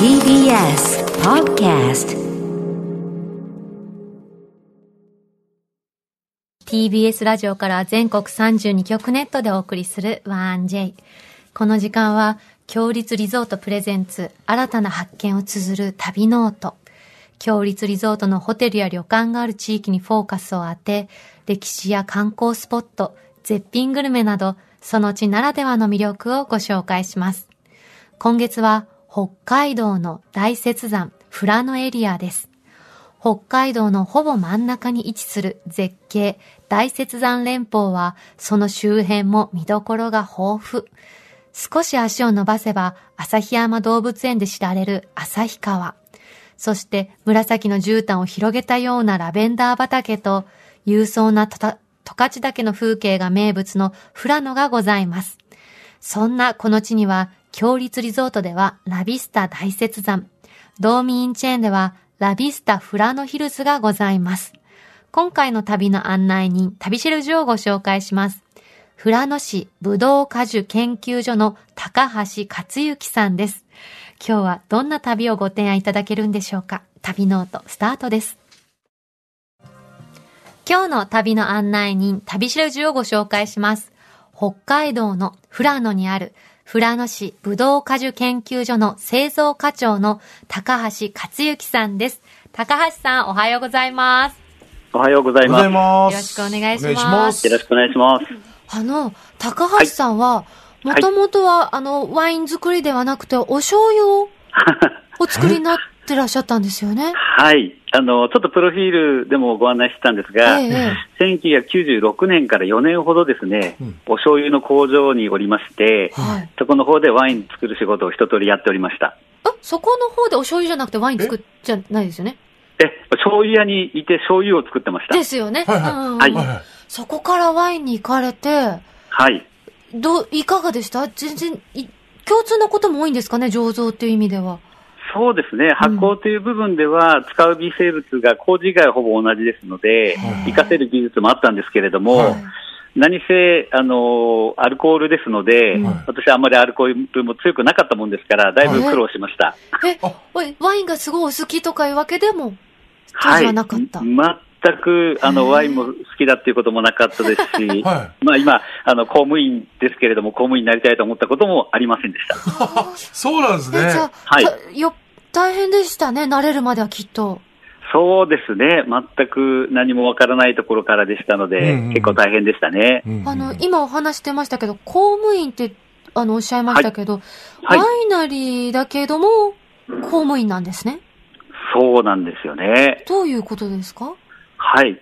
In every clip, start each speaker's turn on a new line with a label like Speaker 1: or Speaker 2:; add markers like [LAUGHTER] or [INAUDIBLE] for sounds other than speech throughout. Speaker 1: TBS Podcast
Speaker 2: TBS ラジオから全国32局ネットでお送りする 1J。この時間は、強立リゾートプレゼンツ、新たな発見を綴る旅ノート。強立リゾートのホテルや旅館がある地域にフォーカスを当て、歴史や観光スポット、絶品グルメなど、その地ならではの魅力をご紹介します。今月は、北海道の大雪山、富良野エリアです。北海道のほぼ真ん中に位置する絶景、大雪山連峰は、その周辺も見どころが豊富。少し足を伸ばせば、旭山動物園で知られる旭川。そして、紫の絨毯を広げたようなラベンダー畑と、勇壮なとた十勝岳の風景が名物の富良野がございます。そんなこの地には、強立リゾートではラビスタ大雪山、道民チェーンではラビスタフラノヒルズがございます。今回の旅の案内人、旅シェルジュをご紹介します。富良野市ぶどう果樹研究所の高橋克幸さんです。今日はどんな旅をご提案いただけるんでしょうか。旅ノートスタートです。今日の旅の案内人、旅しるじをご紹介します。北海道の富良野にある富良野市ぶどう果樹研究所の製造課長の高橋克幸さんです。高橋さん、おはようございます。
Speaker 3: おはようござい
Speaker 4: おは
Speaker 3: ま
Speaker 4: よ
Speaker 3: す。
Speaker 4: うござい
Speaker 3: よ
Speaker 4: ます。
Speaker 2: よろしくお願いします
Speaker 3: ろしくお願いします。
Speaker 2: あの、高橋さんは、もともとは、あの、ワイン作りではなくて、お醤油をお作りになってらっしゃったんですよね。
Speaker 3: はい。あの、ちょっとプロフィールでもご案内してたんです
Speaker 2: え
Speaker 3: が、
Speaker 2: えええ
Speaker 3: 1996年から4年ほどですね、
Speaker 4: うん
Speaker 3: お醤油の工場におりまして、
Speaker 2: はい。
Speaker 3: そこの方でワイン作る仕事を一通りやっておりました。
Speaker 2: あ、そこの方でお醤油じゃなくてワイン作っじゃないですよね。
Speaker 3: え、醤油屋にいて醤油を作ってました
Speaker 2: で。すよね。
Speaker 4: はいはい
Speaker 2: うんうんうん
Speaker 3: はい
Speaker 4: は
Speaker 2: そこからワインに行かれて、
Speaker 3: はい。
Speaker 2: どう、いかがでした全然、い共通のことも多いんですかね醸造っていう意味では。
Speaker 3: そうですね。発酵という部分では、使う微生物が麹以外はほぼ同じですので、
Speaker 4: は
Speaker 3: 活かせる技術もあったんですけれども、
Speaker 4: はい
Speaker 3: 何せ、あのアルコールですので、
Speaker 2: うん
Speaker 3: 私あんまりアルコールも強くなかったもんですから、だいぶ苦労しました。
Speaker 2: え
Speaker 4: あ、
Speaker 2: おいワインがすごいお好きとかいうわけでも、当
Speaker 3: は
Speaker 2: 時
Speaker 3: い。
Speaker 2: はなかった。
Speaker 3: 全く、あ
Speaker 2: へ
Speaker 3: の、
Speaker 2: え
Speaker 3: ワインも好きだっていうこともなかったですし
Speaker 4: い。、はい。
Speaker 3: まあ今、あの、公務員ですけれども、公務員になりたいと思ったこともありませんでした。
Speaker 4: そうなんです
Speaker 2: えじゃあ
Speaker 4: ね。、
Speaker 3: はい
Speaker 2: たよ、大変でしたね、慣れるまではきっと。
Speaker 3: そうですね。全く何もわからないところからでしたので、
Speaker 4: うんうん
Speaker 3: 結構大変でしたね。
Speaker 4: うん
Speaker 2: あの、今お話してましたけど、公務員って、あの、おっしゃいましたけど、
Speaker 3: はい
Speaker 2: ワイナリーだけども、公務員なんですね。
Speaker 3: そうなんですよね。
Speaker 2: どういうことですか
Speaker 3: はい。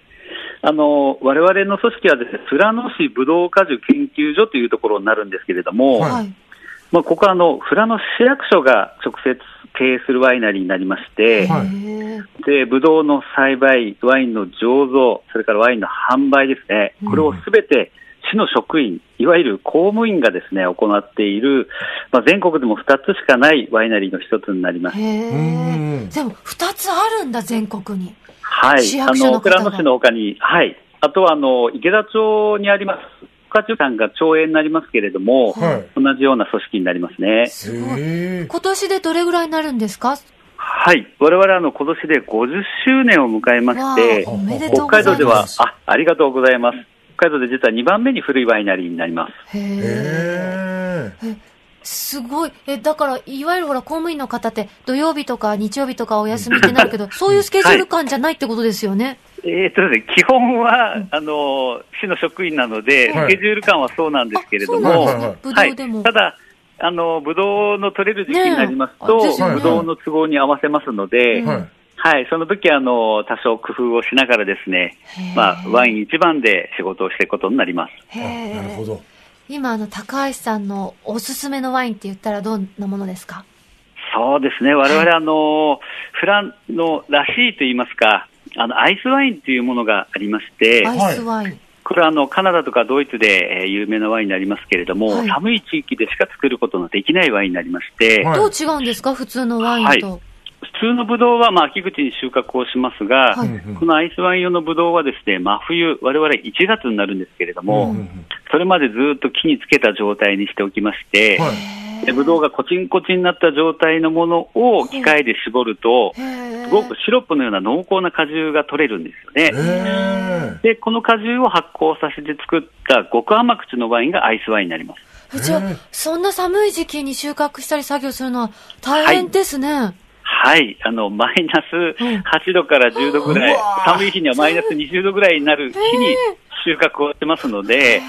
Speaker 3: あの、我々の組織はですね、富良野市ぶどう果樹研究所というところになるんですけれども、
Speaker 4: はい
Speaker 2: はい。
Speaker 3: まあ、ここはあの、富良野市役所が直接経営するワイナリーになりまして、
Speaker 4: はい
Speaker 2: へえ
Speaker 3: で、ブドウの栽培、ワインの醸造、それからワインの販売ですね。これをすべて市の職員、いわゆる公務員がですね、行っている、まあ、全国でも2つしかないワイナリーの一つになります。
Speaker 2: へ
Speaker 4: うん
Speaker 2: え。
Speaker 4: うん
Speaker 2: でも、二つあるんだ、全国に。
Speaker 3: はい。
Speaker 2: 市
Speaker 3: あ
Speaker 2: 役所の
Speaker 3: の、
Speaker 2: 方
Speaker 3: 富
Speaker 2: が
Speaker 3: 良野市の他に、はい。あとは、あの、池田町にあります、岡中さんが町営になりますけれども、
Speaker 4: はい。
Speaker 3: 同じような組織になりますね。
Speaker 2: すごい。
Speaker 4: へえ
Speaker 2: [LAUGHS] 今年でどれぐらいになるんですか
Speaker 3: はい。我々、あの、今年で50周年を迎えま
Speaker 2: わ
Speaker 3: して
Speaker 2: あ、おめでと
Speaker 3: 北
Speaker 2: うございま
Speaker 3: 海
Speaker 2: す。
Speaker 3: 道では
Speaker 4: す、
Speaker 3: あ、ありがとうございます。北海道で実は2番目に古いワイナリーになります。
Speaker 2: へえ。
Speaker 4: へ
Speaker 2: すごい。え、だから、いわゆるほら、公務員の方って、土曜日とか日曜日とかお休みってなるけど、そういうスケジュール感じゃないってことですよね。
Speaker 3: えーっとですね、基本は、あの、市の職員なので、
Speaker 4: はい
Speaker 3: スケジュール感はそうなんですけれど
Speaker 2: あ
Speaker 3: も、
Speaker 2: そう
Speaker 4: はい
Speaker 2: な
Speaker 4: はい
Speaker 2: ん
Speaker 4: は
Speaker 2: ですね。ぶどう
Speaker 3: は
Speaker 4: い
Speaker 3: い。
Speaker 2: でも。
Speaker 3: ただ、あの、ぶどうの取れる時期になります
Speaker 2: ねえあで
Speaker 3: と、
Speaker 2: すよ
Speaker 4: ね
Speaker 3: ぶどうの都合に合わせますので、
Speaker 2: う
Speaker 4: え。
Speaker 2: ん
Speaker 4: はい。
Speaker 3: はい、その時あの、多少工夫をしながらですね、
Speaker 2: へえ
Speaker 3: まあ、ワイン一番で仕事をしていくことになります。
Speaker 2: へ
Speaker 4: あなるほ
Speaker 2: え。
Speaker 4: ど。
Speaker 2: 今、あの、高橋さんのおすすめのワインって言ったらどんなものですか
Speaker 3: そうですね、我々あの、フランのらしいと言いますか、あの、アイスワインというものがありまして、
Speaker 2: アイスワイン。
Speaker 3: これはあのカナダとかドイツで、えー有名なワインになりますけれども、
Speaker 2: はい
Speaker 3: 寒い地域でしか作ることのできないワインになりまして、
Speaker 4: はい
Speaker 2: どう違うんですか普通のワインと。
Speaker 3: 普通のブドウはまあ秋口に収穫をしますが、
Speaker 2: はい
Speaker 4: うんうん
Speaker 3: このアイスワイン用のブドウはですね、真冬、我々1月になるんですけれども、
Speaker 4: うんうんうん
Speaker 3: それまでずっと木につけた状態にしておきまして、
Speaker 4: はい
Speaker 2: へえ
Speaker 3: でブドウがコチンコチンになった状態のものを機械で絞ると、す
Speaker 2: す
Speaker 3: ごくシロップのような濃厚な果汁が取れるんですよね。
Speaker 4: え
Speaker 3: で、この果汁を発酵させて作った極甘口のワインがアイスワインになります。
Speaker 2: じゃあ、そんな寒い時期に収穫したり作業するのは大変ですね。
Speaker 3: はい、あの、マイナス8度から10度ぐらい、
Speaker 4: うわ
Speaker 3: 寒い日にはマイナス20度ぐらいになる日に収穫をしてますので、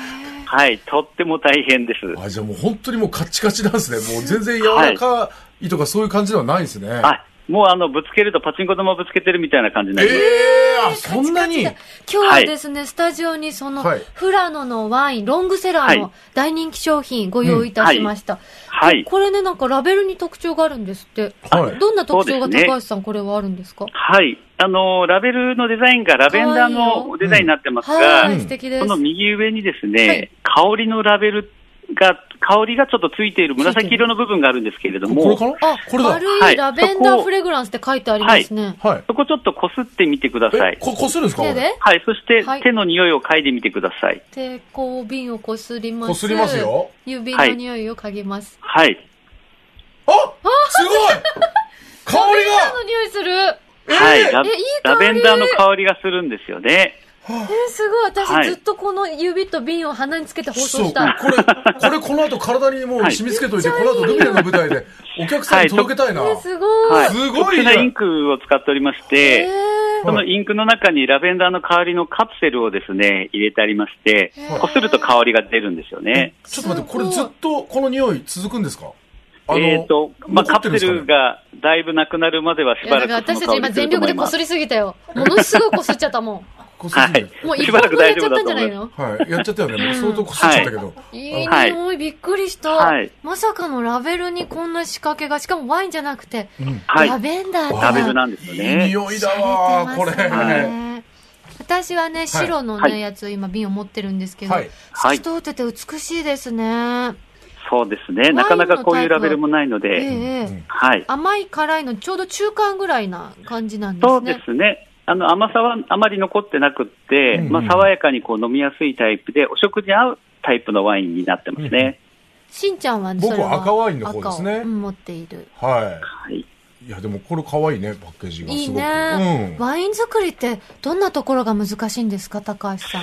Speaker 3: はい、とっても大変です。
Speaker 4: ー、あじゃあもう本当にもうカッチカチなんですね。もう全然柔らかいとかそういう感じではないですね。
Speaker 3: あ、もうあの、ぶつけるとパチンコ玉ぶつけてるみたいな感じにな
Speaker 4: え
Speaker 3: ります。
Speaker 4: ー、あそんなに
Speaker 2: 今日はですね、スタジオにその、
Speaker 4: はい
Speaker 2: フラノのワイン、ロングセラー
Speaker 3: は
Speaker 2: の大人気商品ご用意いたしました。
Speaker 3: はい。
Speaker 2: これね、なんかラベルに特徴があるんですって。
Speaker 4: はい
Speaker 2: どんな特徴
Speaker 3: そ
Speaker 2: が
Speaker 3: うですね
Speaker 2: 高橋さん、これはあるんですか
Speaker 3: はい。あの、ラベルのデザインがラベンダーのデザインになってますが、
Speaker 2: は
Speaker 4: う
Speaker 2: い、
Speaker 4: ん
Speaker 2: 素敵です。
Speaker 3: この右上にですね、
Speaker 2: はい
Speaker 3: 香りのラベルが、香りがちょっとついている紫色の部分があるんですけれど
Speaker 4: これ
Speaker 3: も、
Speaker 4: かな
Speaker 2: あ、
Speaker 4: これだ。
Speaker 2: 丸
Speaker 3: はいい
Speaker 2: ラベンダーフレグランスって書いてありますね。
Speaker 4: はい。
Speaker 3: そこちょっとこすってみてくださ
Speaker 4: え、
Speaker 3: い。
Speaker 4: こ、こするんですか
Speaker 2: 手で
Speaker 3: はい、そして
Speaker 2: はい
Speaker 3: 手の匂いを嗅いでみてください。
Speaker 2: 抵抗瓶をこすります。
Speaker 4: こすりますよ。
Speaker 2: 指の匂いを嗅ぎます。
Speaker 3: はい。
Speaker 4: あ
Speaker 2: [LAUGHS]
Speaker 4: すごい香り
Speaker 2: ラベンダーの匂いする
Speaker 3: はい、
Speaker 4: が
Speaker 3: ラ
Speaker 2: えいい香
Speaker 3: ラ
Speaker 2: り
Speaker 3: ベンダーの香りがするんですよね。
Speaker 2: えーすごい。私、
Speaker 3: はい
Speaker 2: ずっとこの指と瓶を鼻につけて放
Speaker 4: そ
Speaker 2: 送
Speaker 4: う、
Speaker 2: し
Speaker 4: こ
Speaker 2: たい。
Speaker 4: れ、これこの後体にもう染み付けといて、
Speaker 2: はい
Speaker 4: この後ルミネの舞台でお客さんに届けたいな。
Speaker 2: えーすごい。
Speaker 3: はい。
Speaker 4: すごい
Speaker 3: 特殊なインクを使っておりまして、
Speaker 2: え
Speaker 3: そのインクの中にラベンダーの香りのカプセルをですね、入れてありまして
Speaker 2: へー、
Speaker 3: こすると香りが出るんですよね。
Speaker 4: ちょっと待って、
Speaker 2: す
Speaker 4: こ
Speaker 2: ごい
Speaker 4: れずっとこの匂い続くんですかあの
Speaker 3: えっ、と、まあ、
Speaker 4: 残
Speaker 3: カ
Speaker 4: ってる
Speaker 3: プ
Speaker 4: んです
Speaker 3: セ
Speaker 4: かね
Speaker 3: ルがだいぶなくなるまでは
Speaker 2: ー
Speaker 3: し
Speaker 2: いや、
Speaker 3: ば
Speaker 2: だ
Speaker 3: ら
Speaker 2: から
Speaker 3: く
Speaker 2: 私
Speaker 3: そ
Speaker 2: たち今
Speaker 3: の香り出
Speaker 2: 全
Speaker 3: ると
Speaker 2: 力
Speaker 3: 思い
Speaker 2: でこ
Speaker 3: ます
Speaker 2: す。りすぎたよ。ものすごいこすっちゃった
Speaker 3: [LAUGHS]
Speaker 2: も
Speaker 4: こするん
Speaker 3: は
Speaker 4: だよ
Speaker 3: い。
Speaker 2: ん。もう一
Speaker 3: し
Speaker 2: 本
Speaker 3: ばら
Speaker 2: 分
Speaker 3: く
Speaker 2: やっ
Speaker 3: 大
Speaker 2: ちゃっ
Speaker 3: 丈夫
Speaker 2: た
Speaker 3: だ
Speaker 2: んじ
Speaker 3: と
Speaker 2: ゃないの
Speaker 3: 思いま
Speaker 4: はい。やっちゃったよね。もう相当こすっちゃったけど。
Speaker 2: いい
Speaker 3: はい
Speaker 2: 匂い、びっくりした、
Speaker 3: はい
Speaker 2: まさかのラベルにこんな仕掛けが、しかもワインじゃなくて、
Speaker 4: うん
Speaker 3: はい
Speaker 2: ラベンダー
Speaker 3: ラベル
Speaker 2: だ。
Speaker 3: なんですよ
Speaker 4: いい
Speaker 3: ね。
Speaker 4: 匂いだわー、これ。
Speaker 3: は
Speaker 2: 私はね、白のね、
Speaker 3: はい
Speaker 2: やつを今瓶を持ってるんですけど、
Speaker 4: はい
Speaker 2: 透き通ってて美しいですね。
Speaker 3: そうですね。なかなかこういうラベルもないの
Speaker 2: ええ
Speaker 3: で、
Speaker 2: ええ
Speaker 4: うん
Speaker 3: はい。
Speaker 2: 甘い辛いのちょうど中間ぐらいな感じなんで
Speaker 3: そ
Speaker 2: す
Speaker 3: うで
Speaker 2: ね。
Speaker 3: すね。あの、甘さはあまり残ってなくって、
Speaker 4: うん
Speaker 3: まあ、爽やかにこう飲みやすいタイプで、お食事に合うタイプのワインになってますね。
Speaker 2: しんちゃんはそれ
Speaker 4: 僕は赤ワインの方ですね
Speaker 2: 赤をうん持っている。
Speaker 4: は
Speaker 3: はい。
Speaker 4: い。いや、でもこれ可愛いね、パッケージが。
Speaker 2: いい
Speaker 4: すごく。
Speaker 2: ね、
Speaker 4: うん。
Speaker 2: ワイン作りってどんなところが難しいんですか、高橋さん。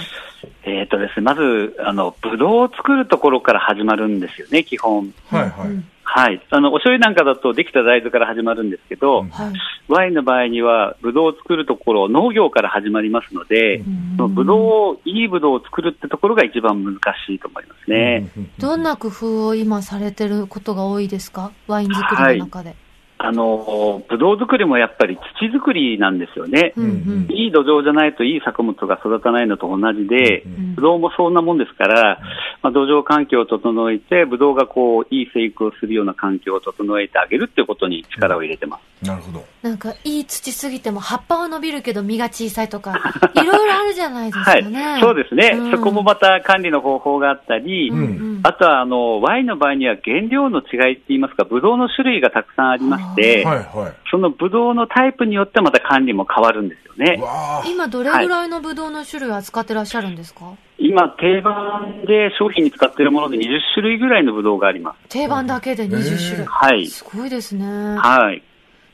Speaker 3: えっ、とですね、まず、あの、ぶどうを作るところから始まるんですよね、基本。
Speaker 4: はいは
Speaker 2: うん
Speaker 4: い。
Speaker 3: はい。あの、お醤油なんかだとできた大豆から始まるんですけど、
Speaker 4: うん
Speaker 2: はい。
Speaker 3: ワインの場合には、ぶどうを作るところ、農業から始まりますので、そのぶどうを、いいぶどうを作るってところが一番難しいと思いますね。
Speaker 4: うん
Speaker 2: どんな工夫を今されてることが多いですかワイン作りの中で。
Speaker 3: あの、ぶどう作りもやっぱり土作りなんですよね。
Speaker 2: うんうん。
Speaker 3: いい土壌じゃないといい作物が育たないのと同じで
Speaker 4: う、
Speaker 2: ん
Speaker 3: ぶどうもそんなもんですから、まあ、土壌環境を整えて、ぶどうがこう、いい生育をするような環境を整えてあげるっていうことに力を入れてます。
Speaker 4: なるほど。
Speaker 2: なんかいい土すぎても葉っぱは伸びるけど実が小さいと
Speaker 3: [LAUGHS]
Speaker 2: か、いろいろあるじゃないです
Speaker 3: は
Speaker 2: か
Speaker 3: い
Speaker 2: ね。。
Speaker 3: そうですね。
Speaker 2: うん
Speaker 3: そこもまた管理の方法があったり、
Speaker 2: うんうん
Speaker 3: あとは、あの、ワインの場合には原料の違いって言いますか、ブドウの種類がたくさんありまして、
Speaker 4: はいは
Speaker 3: そのブドウのタイプによってまた管理も変わるんですよ
Speaker 4: い。
Speaker 3: ね
Speaker 4: う。わー。
Speaker 2: 今どれぐらいのブドウの種類を扱ってらっしゃるんですか、
Speaker 3: 今、定番で商品に使っているもので20種類ぐらいのブドウがあります。
Speaker 2: 定番だけで20種類。
Speaker 4: え
Speaker 3: はい。
Speaker 2: すごいですね。
Speaker 3: はい。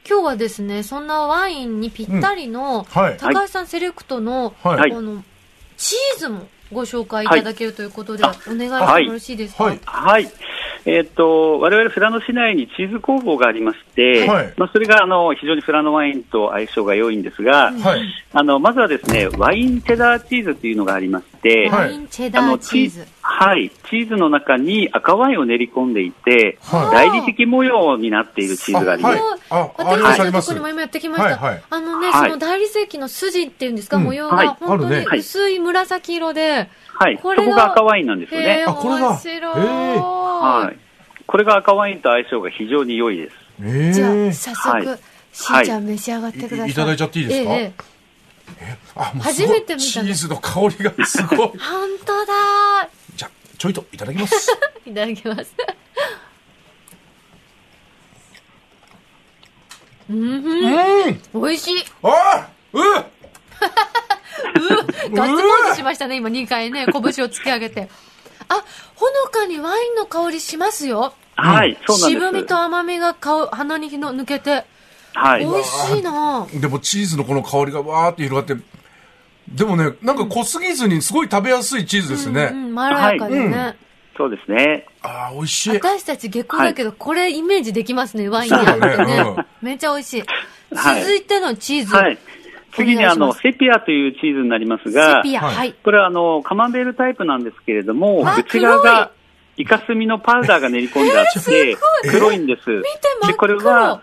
Speaker 2: 今日はですね、そんなワインにぴったりの、
Speaker 4: はい。
Speaker 2: 高橋さんセレクトの、
Speaker 4: はい。
Speaker 2: この、チーズもご紹介いただけるということで、
Speaker 3: はい
Speaker 2: お願いしてもよろしいですか、
Speaker 4: はい。
Speaker 3: はい。えっ、と、我々フラノ市内にチーズ工房がありまして、
Speaker 4: はい
Speaker 3: まあ、それが、あの、非常にフラノワインと相性が良いんですが、
Speaker 4: はい。
Speaker 3: あの、まずはですね、ワインチェダーチーズというのがありまして、
Speaker 4: は
Speaker 2: ワ
Speaker 4: い
Speaker 2: インチェダーチーズ。
Speaker 3: はい、チーズの中に赤ワインを練り込んでいて、
Speaker 4: は
Speaker 3: 大理石模様になっているチーズがあります。
Speaker 4: はいあありま
Speaker 2: 私
Speaker 4: す
Speaker 2: たちの
Speaker 4: ありま
Speaker 2: とこ
Speaker 4: す
Speaker 2: にも今やってきました。
Speaker 4: はいはい
Speaker 2: あのね、
Speaker 3: は
Speaker 2: そ
Speaker 3: い
Speaker 2: の大理石の筋っていうんですか、
Speaker 4: うん
Speaker 2: 模様
Speaker 3: はい
Speaker 2: が本当
Speaker 4: あ
Speaker 2: に
Speaker 4: るね
Speaker 2: 薄い紫色で、
Speaker 3: はい、そ
Speaker 2: これが
Speaker 3: こが赤ワインなんですよ
Speaker 2: へ
Speaker 3: ね
Speaker 2: ー、。
Speaker 4: あこれが
Speaker 2: 面白い。
Speaker 4: へー
Speaker 3: はい、これが赤ワインと相性が非常に良いです。
Speaker 4: え
Speaker 2: じゃあ、
Speaker 4: え。
Speaker 2: 早
Speaker 3: は
Speaker 2: 速、
Speaker 3: い
Speaker 2: しんちゃん召し上がってください。
Speaker 4: いいただいちゃっていいですか
Speaker 2: ええ
Speaker 4: あ、もう
Speaker 2: 初めて見たの
Speaker 4: すごいチーズの香りがすご
Speaker 2: [LAUGHS] 本
Speaker 4: い。
Speaker 2: 当だ
Speaker 4: じゃあ、ちょいといただきます。
Speaker 2: ーいただき
Speaker 4: [LAUGHS]
Speaker 2: ます。 [LAUGHS] うん、
Speaker 4: うん。
Speaker 2: 美味しい。
Speaker 4: あーうん
Speaker 2: ガッツポーズしましたね、今2回ね、拳を突き上げて。あ、ほのかにワインの香りしますよ。
Speaker 3: はい、そうなんです。
Speaker 2: 渋みと甘みが顔鼻にの抜けて、
Speaker 3: はい
Speaker 2: 美。味しいな
Speaker 4: でもチーズのこの香りがわーって広がって、でもね、なんか濃すぎずにすごい食べやすいチーズですね。
Speaker 2: うんうん、まろやかでね、
Speaker 3: そうですね。
Speaker 4: ああ、美味しい。
Speaker 2: 私たち下校だけど、これイメージできますね、ワインやって
Speaker 4: そう
Speaker 2: ね。
Speaker 4: だね
Speaker 2: めっちゃ美味しい。
Speaker 3: はい
Speaker 2: 続いてのチーズ。
Speaker 3: はい。次にあ
Speaker 2: お願い
Speaker 3: の、
Speaker 2: します
Speaker 3: セピアというチーズになります
Speaker 2: セ
Speaker 3: が、
Speaker 2: ピア、
Speaker 4: はい
Speaker 2: はい。
Speaker 3: これはあの、カマンベールタイプなんですけれども
Speaker 2: あ、
Speaker 3: 内側
Speaker 2: 黒い
Speaker 3: がイカスミのパウダーが練り込んであって、黒いんです。見
Speaker 2: 真っ
Speaker 3: で、これは、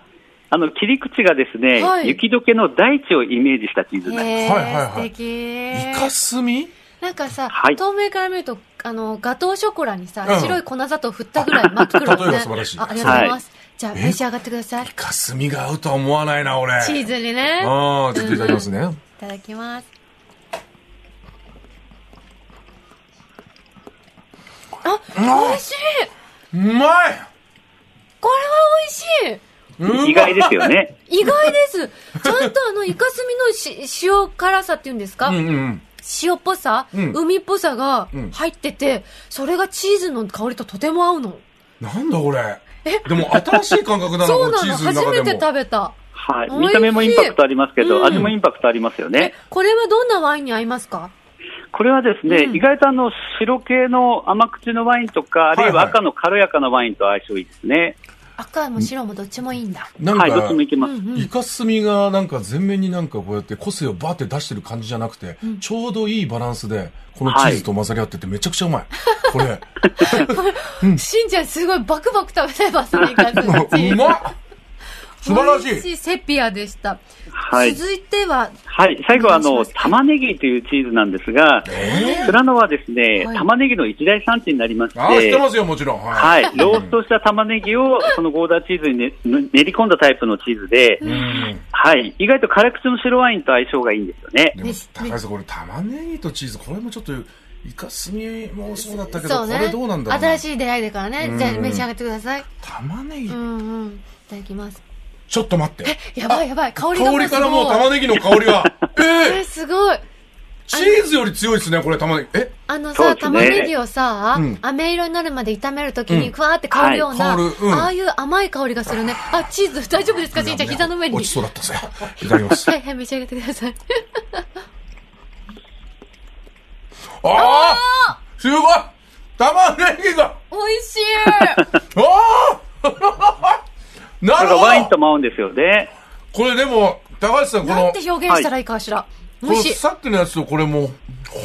Speaker 3: あの、切り口がですね、
Speaker 2: はい
Speaker 3: 雪解けの大地をイメージしたチーズになり
Speaker 2: へー、
Speaker 3: ます。
Speaker 4: はいはいはい
Speaker 2: 素敵。
Speaker 4: イカスミ
Speaker 2: なんかさ、
Speaker 3: はい
Speaker 2: 透明から見ると、あの、ガトーショコラにさ、
Speaker 4: うん
Speaker 2: 白い粉砂糖振ったぐらい真っ黒
Speaker 4: [LAUGHS]
Speaker 2: だね。
Speaker 4: 例えば素晴らしい
Speaker 2: あありがとうございます。じゃあ、召し上がってください
Speaker 4: イ。カスミが合うとは思わないな、俺。
Speaker 2: チーズにね。い
Speaker 4: ああ、ちょっといただきますね。
Speaker 2: ただきます。あ、美味しい
Speaker 4: いうまい
Speaker 2: これは美味しい
Speaker 4: うん
Speaker 3: 意外です
Speaker 2: [LAUGHS]
Speaker 3: よね。
Speaker 2: 意外
Speaker 4: [LAUGHS]
Speaker 2: です。ちゃんとあの、イカスミのし塩辛さっていうんですか、
Speaker 4: うんうん。
Speaker 2: 塩っぽさ、
Speaker 4: うん
Speaker 2: 海っぽさが
Speaker 4: うん
Speaker 2: 入ってて、それがチーズの香りととても合うの。
Speaker 4: なんだこれ。でも新しい感覚だな、
Speaker 2: そ
Speaker 4: こ
Speaker 2: う
Speaker 4: の
Speaker 2: な
Speaker 4: チ
Speaker 2: の。
Speaker 4: ーズの
Speaker 2: 初
Speaker 4: 中で
Speaker 2: め
Speaker 4: も。
Speaker 2: て食べた。
Speaker 3: はい
Speaker 2: 美。味しい
Speaker 3: 見た目もインパクトありますけ
Speaker 2: うん
Speaker 3: ど、味もインパクトありますよね。
Speaker 2: これはどんなワインに合いますか
Speaker 3: これはですね、
Speaker 2: うん
Speaker 3: 意外とあの、白系の甘口のワインとか、あるい
Speaker 4: は
Speaker 3: はい
Speaker 4: はい
Speaker 3: 赤の軽やかなワインと相性いいですね。
Speaker 2: 赤も白もどっちもいいんだ。
Speaker 4: なん
Speaker 3: はい、どっ
Speaker 4: か
Speaker 3: ちもい、け
Speaker 2: う
Speaker 3: ま
Speaker 2: ん
Speaker 3: す。
Speaker 2: うん
Speaker 4: イカスミがなんか全面になんかこうやって個性をバーって出してる感じじゃなくて、ちょうどいいバランスで、このチーズと混ざり合っててめちゃくち
Speaker 2: [LAUGHS]
Speaker 4: ゃうまい。これ。
Speaker 2: しんちゃんすごいバクバク食べてますね、イカスミチーズ
Speaker 4: [LAUGHS] うまっ素晴ら
Speaker 2: 美味
Speaker 4: しい
Speaker 2: しいセピアでした。
Speaker 3: はい。
Speaker 2: 続いては、
Speaker 3: はい、最後はあ
Speaker 2: お願
Speaker 3: の
Speaker 2: いします
Speaker 3: 玉ねぎというチーズなんですが、富良野はですね、
Speaker 2: はい
Speaker 3: 玉ねぎの一大産地になりまし
Speaker 4: ああ、知って
Speaker 3: て、
Speaker 4: ますよ、もちろん。は
Speaker 3: はい、ローストした玉ねぎをそのゴーダーチーズに、ね、練り込んだタイプのチーズで、
Speaker 4: い。うん。
Speaker 3: はい、意外と辛口の白ワインと相性がいいんですよね。
Speaker 4: でも
Speaker 2: ね、
Speaker 4: 高橋さん、これ玉ねぎとチーズ、これもちょっと、イカスミもそうだったけ
Speaker 2: そ
Speaker 4: ど、
Speaker 2: う
Speaker 4: こ
Speaker 2: ね。
Speaker 4: れどうなんだろうな
Speaker 2: 新しい出会いだからね。じゃあ召し上がってください。
Speaker 4: 玉ねぎ
Speaker 2: う、んうん。いただきます。
Speaker 4: ちょっと待って。
Speaker 2: やばいやばい。香りが
Speaker 4: 香りからもう玉
Speaker 2: ね
Speaker 4: ねぎの香り
Speaker 2: [LAUGHS]
Speaker 4: が。ええ
Speaker 2: すごい。
Speaker 4: チーズより強いですね、これ玉ねぎ。え
Speaker 2: あの
Speaker 3: そ
Speaker 2: さ、
Speaker 3: うですね
Speaker 2: 玉ねぎをさ、
Speaker 4: うん
Speaker 2: 飴色になるまで炒めるとき
Speaker 4: う
Speaker 2: に
Speaker 4: ん
Speaker 2: ふわーって香るような、
Speaker 4: はい香るうん
Speaker 2: ああいう甘い香りがするね。あ、チーズ大丈夫ですかじいちゃん、膝の上に。
Speaker 4: 落ちそうだったぜ。いただきます。
Speaker 2: は
Speaker 4: あ
Speaker 2: いはい、召し上がってくだ
Speaker 3: [LAUGHS]
Speaker 2: さい。
Speaker 4: あーすごい玉ねぎが
Speaker 2: 美味しい
Speaker 4: ああ [LAUGHS] な
Speaker 3: だ
Speaker 4: る
Speaker 3: から
Speaker 4: ほ
Speaker 3: ワインと
Speaker 4: ど
Speaker 3: も合うんですよね。
Speaker 4: これでも、高橋さん、こ
Speaker 2: [LAUGHS] なん
Speaker 4: の、
Speaker 2: て表現したらいいかしら。美
Speaker 4: この
Speaker 2: 味しい。
Speaker 4: さっきのやつとこれも、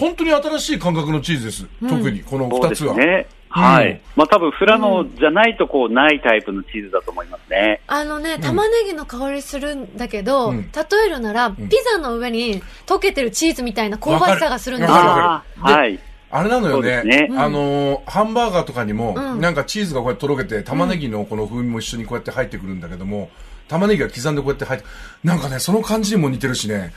Speaker 4: 本当に新しい感覚のチーズです。特に、この
Speaker 3: そう
Speaker 4: 二
Speaker 3: で
Speaker 4: つ
Speaker 3: す
Speaker 4: は。
Speaker 3: ね。
Speaker 4: うん
Speaker 3: はい。まあ多分、富良野じゃないとこう、ないタイプのチーズだと思いますね。
Speaker 2: あのね、玉ねぎの香りするんだけど、
Speaker 4: うん
Speaker 2: 例えるなら、ピザの上に溶けてるチーズみたいな香ばしさがするんです
Speaker 4: わかる
Speaker 2: よ。
Speaker 3: ああ、
Speaker 4: わか
Speaker 3: は
Speaker 4: る
Speaker 3: い。
Speaker 4: あれなのよね。
Speaker 3: そうですね
Speaker 4: あのーハンバーガーとかにも、
Speaker 2: うん
Speaker 4: なんかチーズがこうやってとろけて、玉ねぎのこの風味も一緒にこうやって入ってくるんだけども、玉ねぎが刻んでこうやって入って、なんかね、その感じにも似てる
Speaker 3: [LAUGHS]
Speaker 4: しね。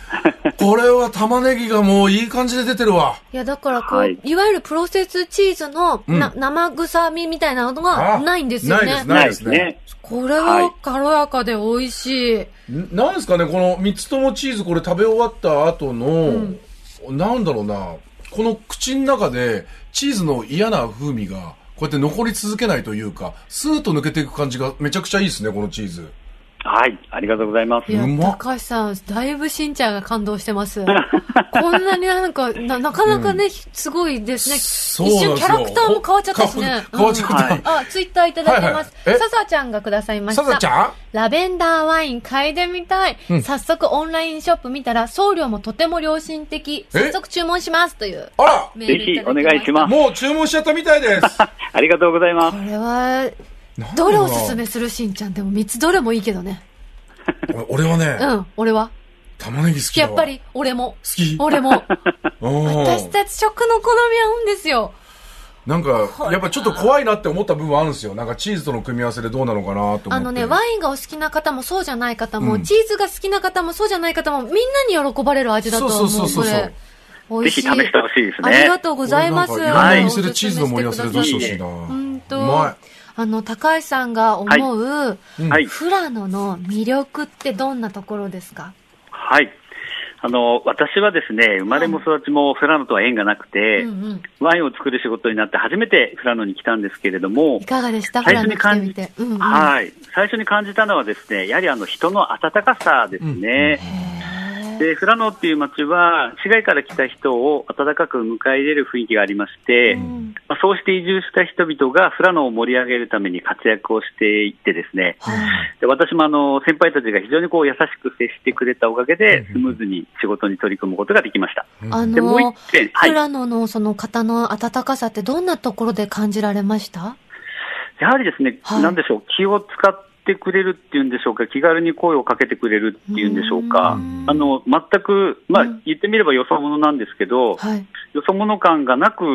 Speaker 4: これは玉ねぎがもういい感じで出てるわ。
Speaker 2: いや、だからこう、
Speaker 3: はいい、
Speaker 2: わゆるプロセスチーズの、
Speaker 4: うん
Speaker 2: な生臭みみたいなのが
Speaker 4: あ
Speaker 2: ないんですよ
Speaker 4: ない
Speaker 2: ね。
Speaker 4: です
Speaker 3: ないですね。
Speaker 2: これ
Speaker 3: は
Speaker 2: はい軽やかで美味しい。
Speaker 4: んなんですかね、この三つともチーズこれ食べ終わった後の、なんだろうな、この口の中でチーズの嫌な風味が、こうやって残り続けないというか、スーッと抜けていく感じがめちゃくちゃいいですね、このチーズ。
Speaker 3: はい。ありがとうございます
Speaker 2: い。や
Speaker 4: う、まっ
Speaker 2: 高橋さん、だいぶしんちゃんが感動して
Speaker 4: [LAUGHS]
Speaker 2: ます。こんなになんか、ななかなかね、すごいですね。
Speaker 4: そう
Speaker 2: 一
Speaker 4: な
Speaker 2: 瞬
Speaker 4: んです
Speaker 2: キ
Speaker 4: よ
Speaker 2: ャラクターも変わっちゃったしね。
Speaker 4: 変わっちゃった
Speaker 2: うんあ、ツイッターいただいてます。
Speaker 4: はいはいえ
Speaker 2: ささちゃんがくださいました。
Speaker 4: ささちゃん
Speaker 2: ラベンダーワイン嗅いでみたい。早速オンラインショップ見たら送料もとても良心的。
Speaker 4: え
Speaker 2: 早速注文しますという
Speaker 4: あ
Speaker 2: メー
Speaker 3: ぜ
Speaker 2: ルい
Speaker 3: ひ
Speaker 2: ただ
Speaker 3: お
Speaker 2: き
Speaker 3: 願
Speaker 2: ました。
Speaker 3: いしま
Speaker 4: ら
Speaker 3: す。
Speaker 4: もう注文しちゃったみたいです。
Speaker 3: ありがとうございます
Speaker 2: こ。れは、
Speaker 4: なんだ
Speaker 2: どれ
Speaker 4: ろう
Speaker 2: お
Speaker 4: な
Speaker 2: すすめするしんちゃんでも3つどれもいいけどね。
Speaker 4: 俺はね、
Speaker 2: うん、俺は。
Speaker 4: 玉ねぎ好きだ
Speaker 2: や
Speaker 4: わ
Speaker 2: っぱり、俺も。
Speaker 4: 好き。
Speaker 2: 俺も。
Speaker 4: [LAUGHS] うん
Speaker 2: 私たち食の好み合うんですよ。
Speaker 4: なんか、やっぱちょっと怖いなって思った部分はあるんですよ。なんかチーズとの組み合わせでどうなのかなと思って。
Speaker 2: あのね、ワインがお好きな方もそうじゃない方も、
Speaker 4: うん
Speaker 2: チーズが好きな方もそうじゃない方も、みんなに喜ばれる味だと思う。
Speaker 4: そうそうそうそうそう
Speaker 2: これ。美味しい。
Speaker 3: ぜひ試してほしいですね
Speaker 2: ありがとうございます。
Speaker 4: これなんかいろんなお
Speaker 2: おすす
Speaker 4: 店
Speaker 2: め
Speaker 4: でチーズの盛り合わせで出してほしいな。
Speaker 2: 本
Speaker 4: うま
Speaker 2: 当。あの、高橋さんが思う、
Speaker 4: いうん
Speaker 3: はい
Speaker 2: 富良野の魅力ってどんなところですか
Speaker 3: はい。あの私はですね生まれも育ちも富良野とは縁がなくて、
Speaker 2: うんうん
Speaker 3: ワインを作る仕事になって初めて富良野に来たんですけれども
Speaker 2: い、かがでしたフ
Speaker 3: 最
Speaker 2: ラ
Speaker 3: 初
Speaker 2: ン
Speaker 3: に
Speaker 2: に来て
Speaker 3: 感
Speaker 2: み
Speaker 3: じ
Speaker 2: て。うんうん、
Speaker 3: はい最初に感じたのはですねやはりあの人の温かさですね。で富良野っていう町は市外から来た人を温かく迎え入れる雰囲気がありまして、
Speaker 2: うん
Speaker 3: まあ、そうして移住した人々が富良野を盛り上げるために活躍をしていってですね、
Speaker 2: はい
Speaker 3: で私もあの先輩たちが非常にこう優しく接してくれたおかげで、スムーズに仕事に取り組むことができました。
Speaker 2: あ
Speaker 3: でもう一
Speaker 2: の、
Speaker 3: 点、はい、
Speaker 2: 富
Speaker 3: や
Speaker 2: 良野のその方の温かさってどんなところで感じられました
Speaker 3: はりですね、
Speaker 2: はい
Speaker 3: なんでしょう、気を使ってくれるっていうんでしょうか、気軽に声をかけてくれるっていうんでしょうか
Speaker 2: う、ん
Speaker 3: あの全く、まあ
Speaker 2: うん、
Speaker 3: 言ってみればよそ者なんですけど、
Speaker 2: はい。
Speaker 3: よそ者感がなく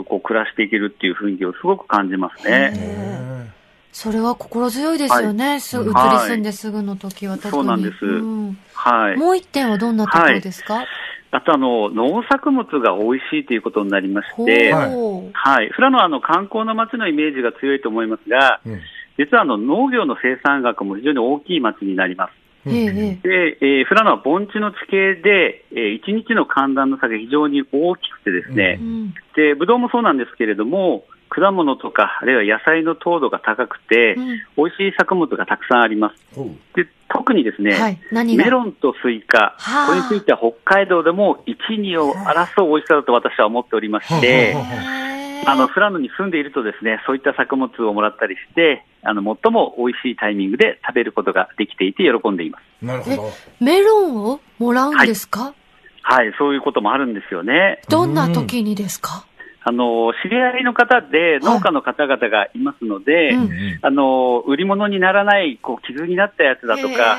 Speaker 3: うこう暮らしていけるっていう雰囲気をすごく感じますね。
Speaker 4: え
Speaker 2: それは心強いですよね。す移り住んですぐの時は特に。
Speaker 3: そうなんです
Speaker 2: うん
Speaker 3: はい、
Speaker 2: もう一点はどんなところですか、
Speaker 3: あとあの農作物が美味しいということになりまし
Speaker 2: ほ
Speaker 3: て、
Speaker 4: は
Speaker 2: う。
Speaker 3: はい、富良野はあの観光の街のイメージが強いと思いますが、
Speaker 4: うん
Speaker 3: 実はあの農業の生産額も非常に大きい町になります。
Speaker 4: う
Speaker 2: え
Speaker 4: ん
Speaker 2: ええ
Speaker 3: で、えー、富良野は盆地の地形で、えー、1日の寒暖の差が非常に大きくてです
Speaker 2: え。
Speaker 3: ね
Speaker 2: う、ん。
Speaker 3: で、ぶどうもそうなんですけれども、果物とか、あるいは野菜の糖度が高くて、
Speaker 2: うん
Speaker 3: 美味しい作物がたくさんあります。
Speaker 4: ほう
Speaker 3: で、特にですね、
Speaker 2: はい。何が
Speaker 3: メロンとスイカ、
Speaker 2: はあ
Speaker 3: これについては北海道でも1、2を争う美味しさだと私は思っておりまして、
Speaker 2: へえ
Speaker 3: あの、富良野に住んでいるとですね、そういった作物をもらったりして、あの、最も美味しいタイミングで食べることができていて喜んでいます。
Speaker 4: なるほど。
Speaker 2: メロンをもらうんですか、
Speaker 3: はい、そういうこともあるんですよね。
Speaker 2: どんな時にですか、
Speaker 3: あの、知り合いの方で農家の方々がいますので、
Speaker 2: うん
Speaker 3: あの、売り物にならない、こう、傷になったやつだとか、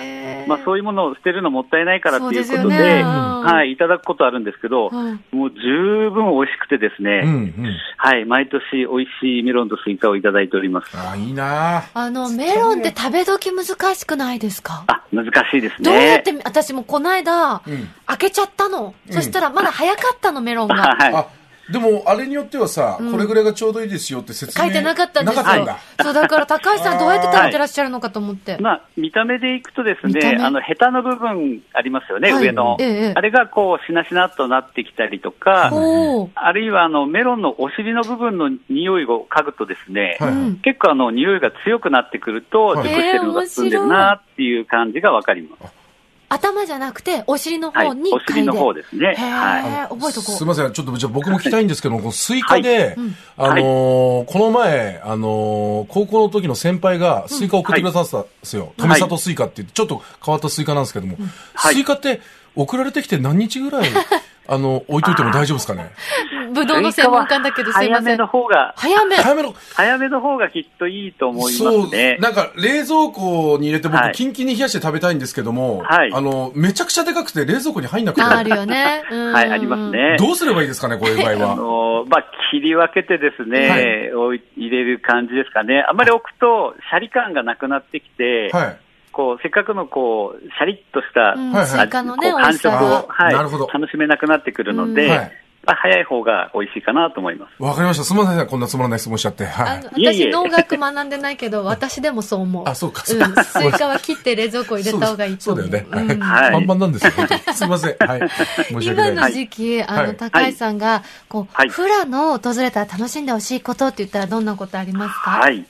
Speaker 3: まあ、そういうものを捨てるのもったいないからっていうことで、
Speaker 2: そうですよね
Speaker 3: は。い、いただくことあるんですけど、
Speaker 2: うん
Speaker 3: もう十分美味しくてですね、
Speaker 4: うんうん。
Speaker 3: はい、毎年美味しいメロンとスイカをいただいております。
Speaker 4: あ、いいなあ
Speaker 2: あの、メロンって食べ時難しくないですか
Speaker 3: あ、難しいです
Speaker 2: ど
Speaker 3: ね。
Speaker 2: うやって、私もこの間、
Speaker 4: うん。
Speaker 2: 開けちゃったの。
Speaker 4: うん
Speaker 2: そしたらまだ早かったの、メロンが。
Speaker 3: はい。
Speaker 4: あ、でも、あれによってはさ、
Speaker 2: うん
Speaker 4: これぐらいがちょうどいいですよって説明
Speaker 2: 書いてなかったんですよ。
Speaker 4: なかったんだ。
Speaker 2: そう、だから高橋さんどうやって食べてらっしゃるのかと思って。
Speaker 3: まあ、見た目でいくとです
Speaker 2: 見た
Speaker 3: ね、
Speaker 2: 目
Speaker 3: あの、ヘタの部分ありますよね、
Speaker 2: はい
Speaker 3: 上の。
Speaker 2: ええ
Speaker 3: あれがこう、しなしなっとなってきたりとか、
Speaker 2: おー
Speaker 3: あるいはあの、メロンのお尻の部分の匂いを嗅ぐとですね、
Speaker 4: はいはい
Speaker 2: うん
Speaker 3: 結構あの、匂いが強くなってくると、
Speaker 4: は
Speaker 3: 熟
Speaker 4: い
Speaker 3: してるの
Speaker 2: ええ
Speaker 3: が進んでる
Speaker 2: 面白い
Speaker 3: なっていう感じがわかります。
Speaker 2: 頭じゃなくて、お尻の
Speaker 3: はい。
Speaker 2: 方に
Speaker 3: お尻の方
Speaker 2: で。
Speaker 3: ですね。
Speaker 2: へー
Speaker 3: はい。
Speaker 2: えー覚えとこう
Speaker 4: すみません、ちょっとじゃあ僕も聞きたいんで
Speaker 2: [LAUGHS]
Speaker 4: すけど、このスイカで、
Speaker 2: うん
Speaker 4: あのーこの前、あのー高校の時の先輩がスイカを送ってくださったんですよ。
Speaker 3: うん
Speaker 4: 富里スイカって言って、ちょっと変わったスイカなんですけども、
Speaker 3: はい
Speaker 4: スイカって送られてきて何日ぐら
Speaker 2: [LAUGHS]
Speaker 4: い、あの、置いといても大丈夫ですかね
Speaker 2: ぶどうの専門家だけどすいま
Speaker 3: 早
Speaker 2: せ
Speaker 3: め
Speaker 2: ん
Speaker 3: の。方が、
Speaker 2: 早め。
Speaker 4: 早めの、
Speaker 3: 早めの方がきっといいと思いま
Speaker 4: そう
Speaker 3: す、ね。
Speaker 4: なんか冷蔵庫に入れて僕
Speaker 3: は、い
Speaker 4: キンキンに冷やして食べたいんですけども、
Speaker 3: はい
Speaker 4: あの、めちゃくちゃでかくて冷蔵庫に入んなくて、
Speaker 2: ああるよ
Speaker 3: [LAUGHS]
Speaker 2: ね。うん
Speaker 3: はい、あります。ね。
Speaker 4: どうすればいいですかね、こういう場合
Speaker 3: [LAUGHS] あ
Speaker 4: は。
Speaker 3: のまあ、切り分けてですね、おい入れる感じですかね。あんまり置くと、シャリ感がなくなってきて、
Speaker 4: はい。
Speaker 3: こう、せっかくのこう、シャリッとした、
Speaker 2: うん
Speaker 4: はいはい
Speaker 2: スイカのね、
Speaker 3: こ
Speaker 2: 美
Speaker 3: う感
Speaker 2: 味し
Speaker 3: 触
Speaker 2: さ
Speaker 3: を、
Speaker 2: が。
Speaker 4: あ
Speaker 3: はい、
Speaker 4: なるほど
Speaker 3: 楽しめなくなってくるの
Speaker 2: う
Speaker 3: で、
Speaker 2: ん
Speaker 4: はい
Speaker 3: まあ、早い方が美味しいかなと思います。
Speaker 4: わかりました。すみません、こんなつまらない質問しちゃって。は
Speaker 2: あ
Speaker 4: い
Speaker 2: の。
Speaker 3: いえい
Speaker 2: 私、
Speaker 3: え
Speaker 2: 農学学んでないけど、私でもそう思う。
Speaker 4: あ [LAUGHS] そうか
Speaker 2: う。
Speaker 4: そうんか
Speaker 2: スイカは切って冷蔵庫入れた方がいいと思う。
Speaker 4: そうですそうだよね
Speaker 2: ん
Speaker 3: はい
Speaker 4: パンパンなんですよ、本当にすいません。はい。申し訳
Speaker 2: 今
Speaker 4: ない
Speaker 2: の
Speaker 4: です。
Speaker 2: 時期、あ
Speaker 4: は
Speaker 2: の、
Speaker 4: い
Speaker 2: 高橋さんが、こう、
Speaker 3: はい
Speaker 2: フラの訪れたら楽しんでほしいことって言ったらどんなことありますか。
Speaker 3: はいい。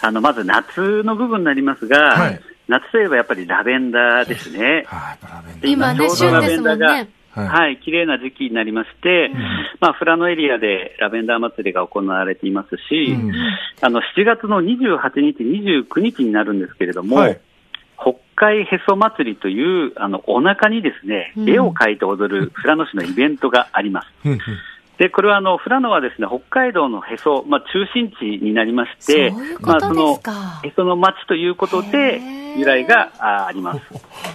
Speaker 3: あの、まず夏の部分になりますが、
Speaker 4: はい
Speaker 3: 夏といえばやっぱりラベンダーですね。
Speaker 4: はい、ラベンダー
Speaker 2: 今ね、
Speaker 3: ちょ
Speaker 2: 旬
Speaker 3: うどラ
Speaker 2: で
Speaker 3: ベ
Speaker 2: す
Speaker 3: ン
Speaker 2: も
Speaker 3: ダー
Speaker 2: ん
Speaker 3: が
Speaker 2: ね。
Speaker 4: はい
Speaker 3: はい、綺麗な時期になりまして、まあ、富良野エリアでラベンダー祭りが行われていますし、
Speaker 4: うん
Speaker 3: あの、7月の28日、29日になるんですけれども、
Speaker 4: はい
Speaker 3: 北海へそ祭りという、あの、お腹にですね、
Speaker 2: うん
Speaker 3: 絵を描いて踊る富良野市のイベントがあります。
Speaker 4: うんうん
Speaker 3: で、これはあの、富良野はですね、北海道のへそ、まあ、中心地になりまし
Speaker 2: そう
Speaker 3: て、
Speaker 2: いうこ
Speaker 3: まあ、
Speaker 2: とで
Speaker 3: そ
Speaker 2: す
Speaker 3: の、
Speaker 2: か
Speaker 3: へ。その町ということ
Speaker 2: へ
Speaker 3: で
Speaker 2: ー、
Speaker 3: 由来がああります。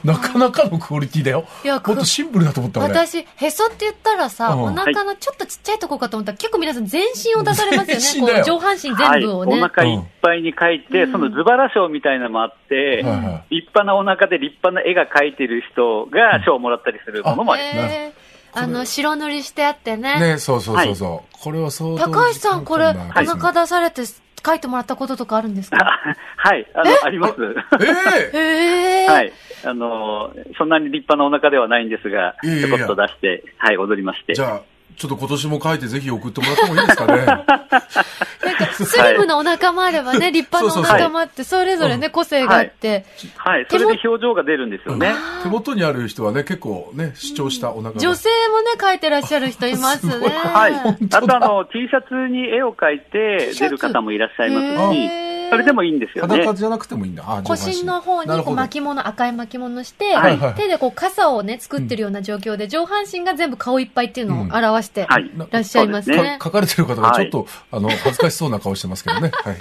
Speaker 4: なかなかのクオリティだよ。
Speaker 2: いや
Speaker 4: もっとシンプルだと思った、俺。
Speaker 2: 私、へそって言ったらさ、
Speaker 4: うん
Speaker 2: お腹のちょっとちっちゃいとこかと思ったら、結構皆さん全身を出されますよ
Speaker 4: 全
Speaker 2: ね。
Speaker 4: 身
Speaker 2: こ
Speaker 4: だよ
Speaker 2: う上半身
Speaker 3: は
Speaker 2: 全
Speaker 3: い、
Speaker 2: 部を
Speaker 3: お
Speaker 2: ね。
Speaker 3: 腹いっぱいに描いて、
Speaker 2: うん
Speaker 3: そのズバラ賞みたいなのもあって、
Speaker 4: はいは
Speaker 3: 立派なお腹で立派な絵が描いてる人が賞をもらったりするものもあります。
Speaker 2: へーあの、白塗りしてあってね。
Speaker 4: ね、そうそうそうそう。これは相当
Speaker 2: 高橋さん、これ、お
Speaker 4: はい
Speaker 2: 腹出されて書
Speaker 3: [LAUGHS]
Speaker 2: いてもらったこととかあるんですか
Speaker 3: はい、あの、あります。
Speaker 4: ええ
Speaker 2: へえ。
Speaker 3: はい。あのそんなに立派なお腹ではないんですが、
Speaker 4: いやいやい
Speaker 3: ち
Speaker 4: や
Speaker 3: ょこっと出して、はい、踊りまして
Speaker 4: じ。ゃあ、ちょっと今年も書いてぜひ送ってもらってもいいですかね。
Speaker 2: [LAUGHS] なんか、スリムのお仲間あればね、立派なお仲間って、それぞれね、個性があって、
Speaker 3: はい、それで表情が出るんですよね。
Speaker 4: 手元にある人はね、結構ね、主張したお腹が。
Speaker 2: 女性もね、書いてらっしゃる人いますね。
Speaker 4: すごい
Speaker 3: はい。あとあの、T シャツに絵を描いて出る方もいらっしゃいますし
Speaker 2: へー、
Speaker 3: それでもいいんですよね。
Speaker 4: 裸じゃなくてもいいんだ。あ上半身
Speaker 2: 腰の方
Speaker 4: な
Speaker 2: に
Speaker 4: る
Speaker 2: こう
Speaker 4: ほど
Speaker 2: 巻物、赤い巻物して
Speaker 3: はい、
Speaker 2: 手でこう傘をね、作ってるような状況で、上半身が全部顔いっぱいっていうのを表して
Speaker 3: はい
Speaker 2: いらっしゃいます
Speaker 3: そうで
Speaker 2: ね
Speaker 3: すね。
Speaker 4: 書かれてる方がちょっと、あの、恥ずかしそうな顔してますけどね。
Speaker 2: [LAUGHS]
Speaker 4: は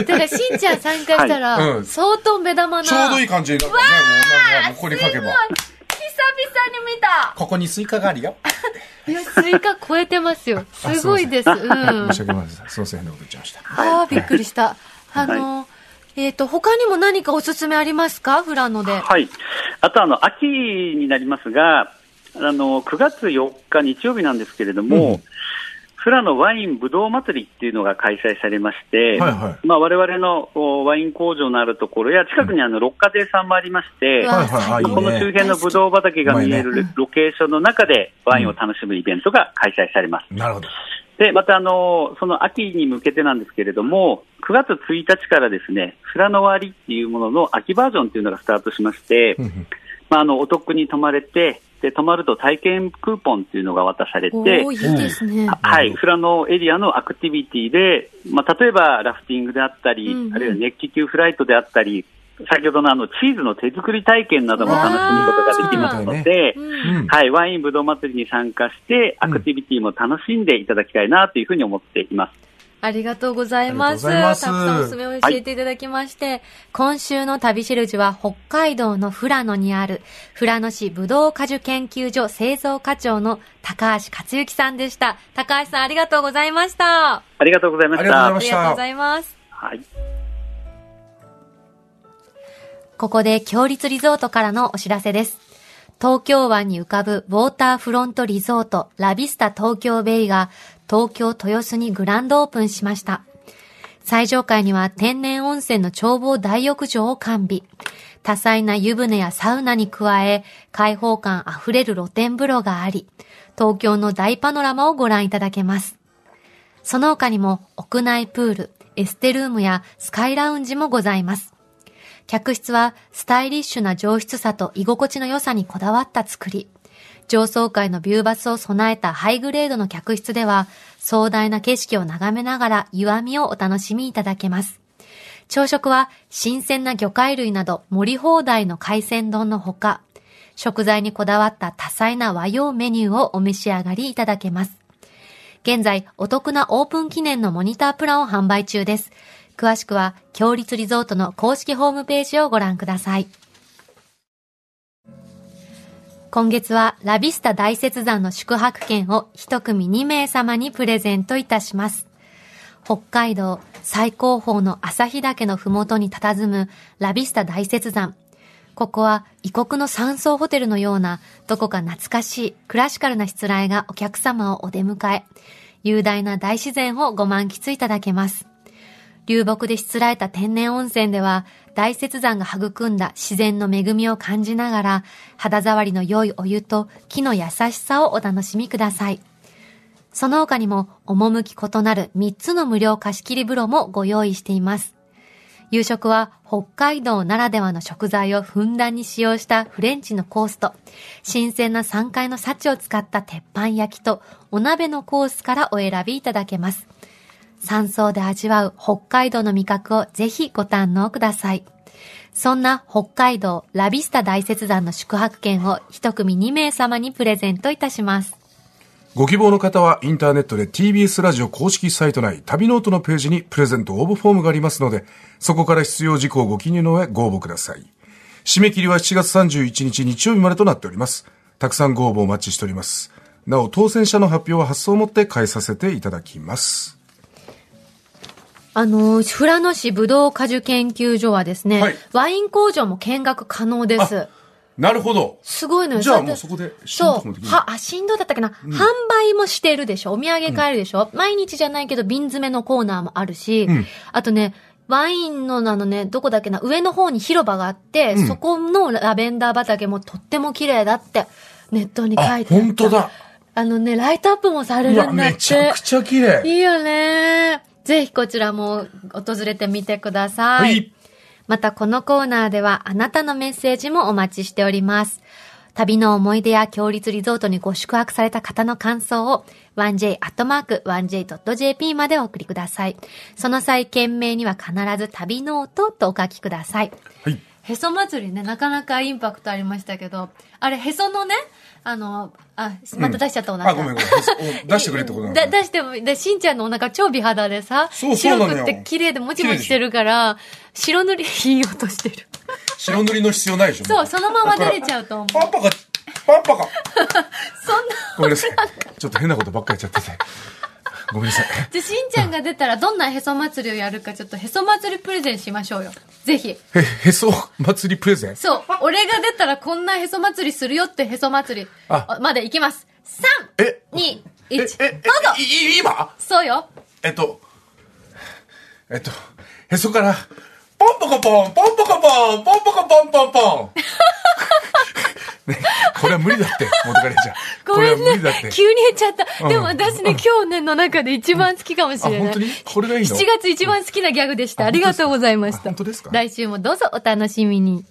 Speaker 4: い、
Speaker 2: だから、しんちゃん参加した
Speaker 4: はい
Speaker 2: ら
Speaker 4: う、ん
Speaker 2: 相当目玉な。
Speaker 4: ちょうどい
Speaker 2: い。
Speaker 4: い感じになったね。もうなんかここに書け
Speaker 2: 久
Speaker 4: ば。
Speaker 2: 々に見た
Speaker 4: ここにスイカがあるよ。
Speaker 2: いや、スイカ超えてますよ。
Speaker 4: あ
Speaker 2: すごいです。うん。
Speaker 4: 申し訳ございません。すいません、変なこと言っちゃいました。
Speaker 2: ああ、びっくり
Speaker 4: [LAUGHS]
Speaker 2: した。あの、えっ、と、他にも何かおすすめありますかフラノで。
Speaker 3: はい。あとあの、秋になりますが、あの、9月4日日曜日なんですけれども、
Speaker 4: うん
Speaker 3: フラのワインぶどう祭りっていうのが開催されまして、
Speaker 4: はいは
Speaker 3: まあ、我々のおワイン工場のあるところや、近くにあの、六花亭さんもありまして、
Speaker 2: うわ
Speaker 4: はいはい、あいい
Speaker 3: この周
Speaker 4: ね。
Speaker 3: 辺のぶどう畑が見えるロロケーションの中でワインを楽しむイベントが開催されます。
Speaker 4: なるほど。
Speaker 3: で、またあの、その秋に向けてなんですけれども、9月1日からですね、フラノワリっていうものの秋バージョンっていうのがスタートしまして
Speaker 4: う、んうん
Speaker 3: まあ、あのお得に泊まれてで、泊まると体験クーポンっていうのが渡され
Speaker 2: お
Speaker 3: て
Speaker 2: お、いいですね。
Speaker 3: はい、フラノエリアのアクティビティで、まあ、例えばラフティングであったり、
Speaker 2: うんうん
Speaker 3: あるいは熱気球フライトであったり、先ほどのあのチーズの手作り体験なども楽しむことができますので、
Speaker 2: うん
Speaker 4: うん
Speaker 3: はい、ワインぶどう祭りに参加して、アクティビティも楽しんでいただきたいなというふうに思っています。
Speaker 2: ありがとうございます。
Speaker 4: ありがとうございます
Speaker 2: たくさんおすすめを教えていただきまして、今週の旅しるじは北海道の富良野にある、富良野市ぶどう果樹研究所製造課長の高橋克幸さんでした。高橋さんありがとうございました。あ
Speaker 3: ありがとうございま
Speaker 4: あ
Speaker 3: し
Speaker 4: りがとう
Speaker 3: た
Speaker 4: ご。
Speaker 2: り
Speaker 4: ざい
Speaker 2: がとうご
Speaker 4: ました
Speaker 2: ざ。います。
Speaker 3: はい
Speaker 2: ここで強立リゾートからのお知らせです。東京湾に浮かぶウォーターフロントリゾートラビスタ東京ベイが東京豊洲にグランドオープンしました。最上階には天然温泉の眺望大浴場を完備。多彩な湯船やサウナに加え、開放感あふれる露天風呂があり、東京の大パノラマをご覧いただけます。その他にも屋内プール、エステルームやスカイラウンジもございます。客室はスタイリッシュな上質さと居心地の良さにこだわった作り。上層階のビューバスを備えたハイグレードの客室では、壮大な景色を眺めながら湯あみをお楽しみいただけます。朝食は新鮮な魚介類など盛り放題の海鮮丼のほか、食材にこだわった多彩な和洋メニューをお召し上がりいただけます。現在、お得なオープン記念のモニタープランを販売中です。詳しくは、強立リゾートの公式ホームページをご覧ください。今月は、ラビスタ大雪山の宿泊券を一組2名様にプレゼントいたします。北海道最高峰の旭岳のふもとに佇むラビスタ大雪山。ここは異国の山荘ホテルのような、どこか懐かしいクラシカルなしつらえがお客様をお出迎え、雄大な大自然をご満喫いただけます。流木でしつらえた天然温泉では、大雪山が育んだ自然の恵みを感じながら、肌触りの良いお湯と木の優しさをお楽しみください。その他にも、趣異なる3つの無料貸し切り風呂もご用意しています。夕食は北海道ならではの食材をふんだんに使用したフレンチのコースと、新鮮な3階の幸を使った鉄板焼きと、お鍋のコースからお選びいただけます。山荘で味わう北海道の味覚をぜひご堪能ください。そんな北海道ラビスタ大雪山の宿泊券を一組2名様にプレゼントいたします。
Speaker 4: ご希望の方はインターネットで TBS ラジオ公式サイト内旅ノートのページにプレゼント応募フォームがありますので、そこから必要事項をご記入の上ご応募ください。締め切りは7月31日日曜日までとなっております。たくさんご応募お待ちしております。なお、当選者の発表は発送をもって返させていただきます。
Speaker 2: あの、富良野市ぶどう果樹研究所はですね、
Speaker 4: はい
Speaker 2: ワイン工場も見学可能です。
Speaker 4: なるほど。
Speaker 2: すごいのよ。
Speaker 4: じゃあ
Speaker 2: れ
Speaker 4: もうそこで新
Speaker 2: そ
Speaker 4: 作もでき
Speaker 2: う。
Speaker 4: る
Speaker 2: は、あ、振動だったっけな、販売もしてるでしょお土産買えるでしょ、毎日じゃないけど瓶詰めのコーナーもあるし、あとね、ワインのあのね、どこだっけな、上の方に広場があって、
Speaker 4: うん
Speaker 2: そこのラベンダー畑もとっても綺麗だって、ネットに書
Speaker 4: あ
Speaker 2: い、てあった
Speaker 4: 本当だ。
Speaker 2: あのね、ライトアップもされ
Speaker 4: う
Speaker 2: る
Speaker 4: わ、
Speaker 2: んだっ
Speaker 4: め
Speaker 2: て。
Speaker 4: ちゃくちゃ綺麗。
Speaker 2: いいよね。ぜひこちらも訪れてみてください。
Speaker 4: はい
Speaker 2: またこのコーナーではあなたのメッセージもお待ちしております。旅の思い出や強立リゾートにご宿泊された方の感想を 1j.1j.jp までお送りください。その際、件名には必ず旅ノートとお書きください。
Speaker 4: はい。
Speaker 2: へそ祭りね、なかなかインパクトありましたけど、あれ、へそのね、あの、あ、また出しちゃったお腹、
Speaker 4: あ、ごめんごめん。お出してくれってことなの
Speaker 2: だ出してもでしんちゃんのお腹超美肌でさ
Speaker 4: そうそう
Speaker 2: 白
Speaker 4: なの
Speaker 2: く
Speaker 4: よ
Speaker 2: って綺麗でもちもちしてるから白塗りいい音して
Speaker 4: [LAUGHS]
Speaker 2: る
Speaker 4: 白塗りの必要ないでしょ。
Speaker 2: そうそのまま出れちゃうと思う
Speaker 4: パンパカ、パンパカ。
Speaker 2: そんな
Speaker 4: ごめんなさい。ちょっと変なことばっかり言っちゃってて。ごめんなさい。
Speaker 2: でしんちゃんが出たらどんなへそ祭りをやるかちょっとへそ祭りプレゼンしましょうよぜひ
Speaker 4: へ、へそ祭りプレゼン
Speaker 2: そう俺が出たらこんなへそ祭りするよってへそ祭り
Speaker 4: あ
Speaker 2: あまでいきます
Speaker 4: え
Speaker 2: 321
Speaker 4: え、え、
Speaker 2: どう
Speaker 4: え
Speaker 2: ぞ、
Speaker 4: いい今
Speaker 2: そうよ
Speaker 4: えっと、えっと、へそから、ポンポコポン、ポンポコポン、ポンポコポンポンポン。
Speaker 2: [LAUGHS]
Speaker 4: ね、これは無理だって、元カレちゃん。
Speaker 2: ごめん
Speaker 4: これは無理だっ
Speaker 2: ね
Speaker 4: て。。
Speaker 2: 急に減っちゃった。
Speaker 4: うん
Speaker 2: でも私ね、去年の中で一番好きかもしれない。
Speaker 4: あ本当にこれがいいの
Speaker 2: 7月一番好きなギャグでした。
Speaker 4: あ
Speaker 2: ありがとうございました。
Speaker 4: 本当ですかあ本当です
Speaker 2: 来
Speaker 4: か
Speaker 2: 週もどうぞお楽しみに。